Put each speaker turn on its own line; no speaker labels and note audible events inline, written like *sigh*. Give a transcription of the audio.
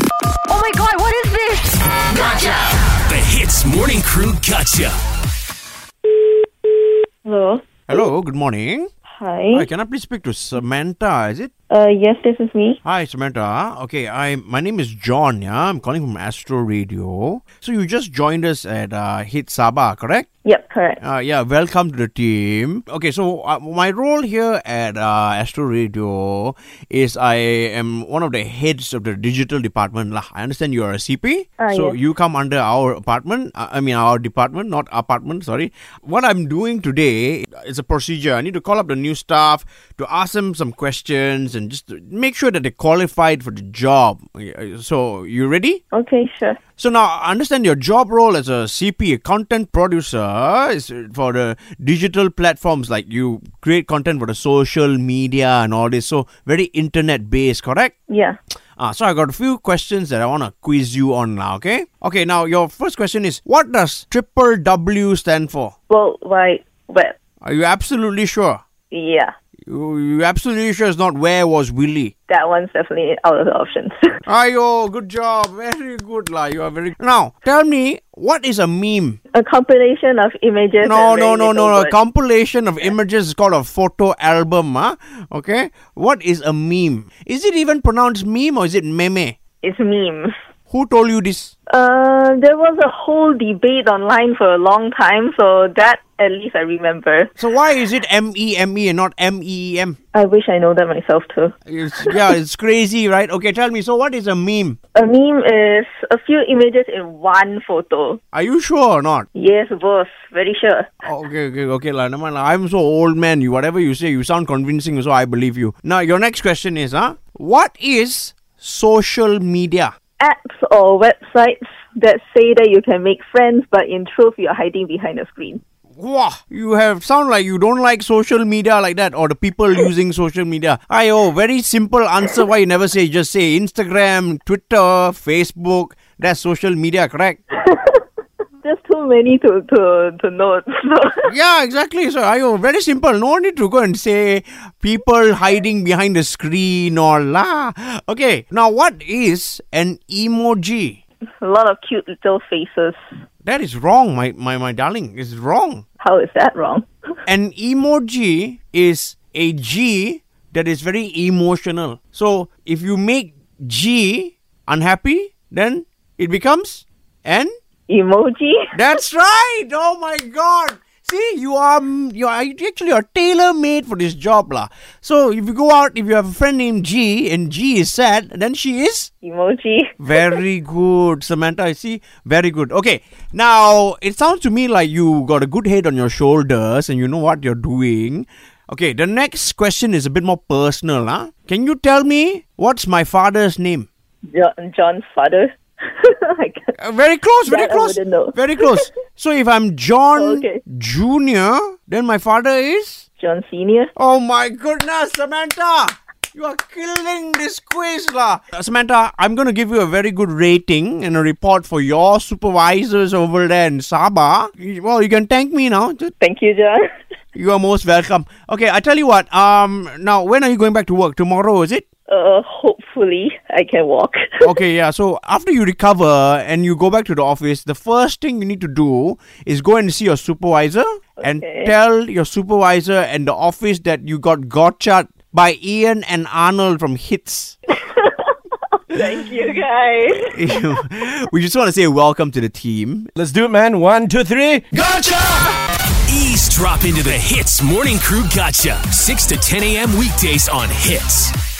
Oh my god, what is this?
The Hits Morning Crew Gotcha.
Hello.
Hello, good morning. Hi,
Hi.
can I please speak to Samantha? Is it?
Uh, yes, this is me.
Hi, Samantha. Okay, I my name is John. Yeah, I'm calling from Astro Radio. So you just joined us at uh, Hit Sabah, correct?
Yep, correct.
Uh, yeah, welcome to the team. Okay, so uh, my role here at uh, Astro Radio is I am one of the heads of the digital department. lah. I understand you are a CP,
Ah,
so
yes.
you come under our apartment. uh, I I mean our department, not apartment. Sorry. What I'm doing today is a procedure. I need to call up the new staff to ask them some questions and just to make sure that they're qualified for the job. Uh, So you ready?
Okay, sure.
So now I understand your job role as a CP, a content producer, is for the digital platforms like you create content for the social media and all this. So very internet based, correct?
Yeah.
Ah, so I got a few questions that I want to quiz you on now, okay? Okay, now your first question is what does triple W stand for?
Worldwide Web.
Are you absolutely sure?
Yeah.
You, you absolutely sure it's not where was Willie?
That one's definitely out of the options. *laughs*
Ayo, good job. Very good, la. You are very. Now, tell me, what is a meme?
a compilation of images. and
No, no,
very
no,
little
no, no.
words.
Compilation of images is called a photo album, huh? Okay? What is a meme? Is it even pronounced meme or is it meme?
it's meme.
Who told you this?
Uh, there was a whole debate online for a long time, so that at least I remember.
So why is it M E M E and not M E E M?
I wish I know that myself too.
It's- Yeah, it's crazy, right? Okay, tell me. So what is a meme?
A meme is a few images in one photo.
Are you sure or not? Oh,
Yes, boss. Very sure.
Okay, okay, okay, la, never mind. la. I'm so old man. You whatever you say, you sound convincing, so I believe you. Now your next question is, huh? What is social media?
apps or websites that say that you can make friends, but in truth, you're hiding behind a screen.
Wow, you have sound like you don't like social media like that or the people using social media. I oh, very simple answer why you never say just say Instagram, Twitter, Facebook. That's social media, correct?
There's too many to to to note. *laughs* So.
Yeah, exactly. So I oh, very simple. No need to go and say people hiding behind the screen or la. Okay, now what is an emoji?
a lot of cute little faces.
That is wrong, my my my darling. It's wrong.
How is that wrong? *laughs*
an emoji is a G that is very emotional. So if you make G unhappy, then it becomes N.
Emoji?
That's right. Oh my God. See, you are mm, you are you actually are tailor made for this job, lah. So if you go out, if you have a friend named G and G is sad, then she is
Emoji.
very good, Samantha. I see. Very good. Okay. Now, it sounds to me like you got a good head on your shoulders and you know what you're doing. Okay, the next question is a bit more personal, huh? Can you tell me what's my father's name?
John, John's father. *laughs* I can't-
Uh, very close, very
That I
close.
wouldn't know.
Very close. so if I'm John
*laughs* Okay.
Jr., then my father is?
John Senior.
Oh my goodness, Samantha! You are killing this quiz, la. Uh, Samantha, I'm going to give you a very good rating and a report for your supervisors over there in Sabah. You- Well, you can thank me now. Just-
Thank you, John. *laughs*
You are most welcome. Okay, I tell you what. Um, now when are you going back to work? Tomorrow, is it?
Uh, hopefully I can walk. *laughs*
Okay, yeah. So after you recover and you go back to the office, the first thing you need to do is go and see your supervisor and
Okay.
tell your supervisor and the office that you got gotcha by Ian and Arnold from Hits. *laughs*
Thank you, guys.
we just want to say welcome to the team.
Let's do it, man. One, two, three.
Eavesdrop into the Hits Morning Crew Gotcha. 6 to 10 a.m. weekdays on Hits.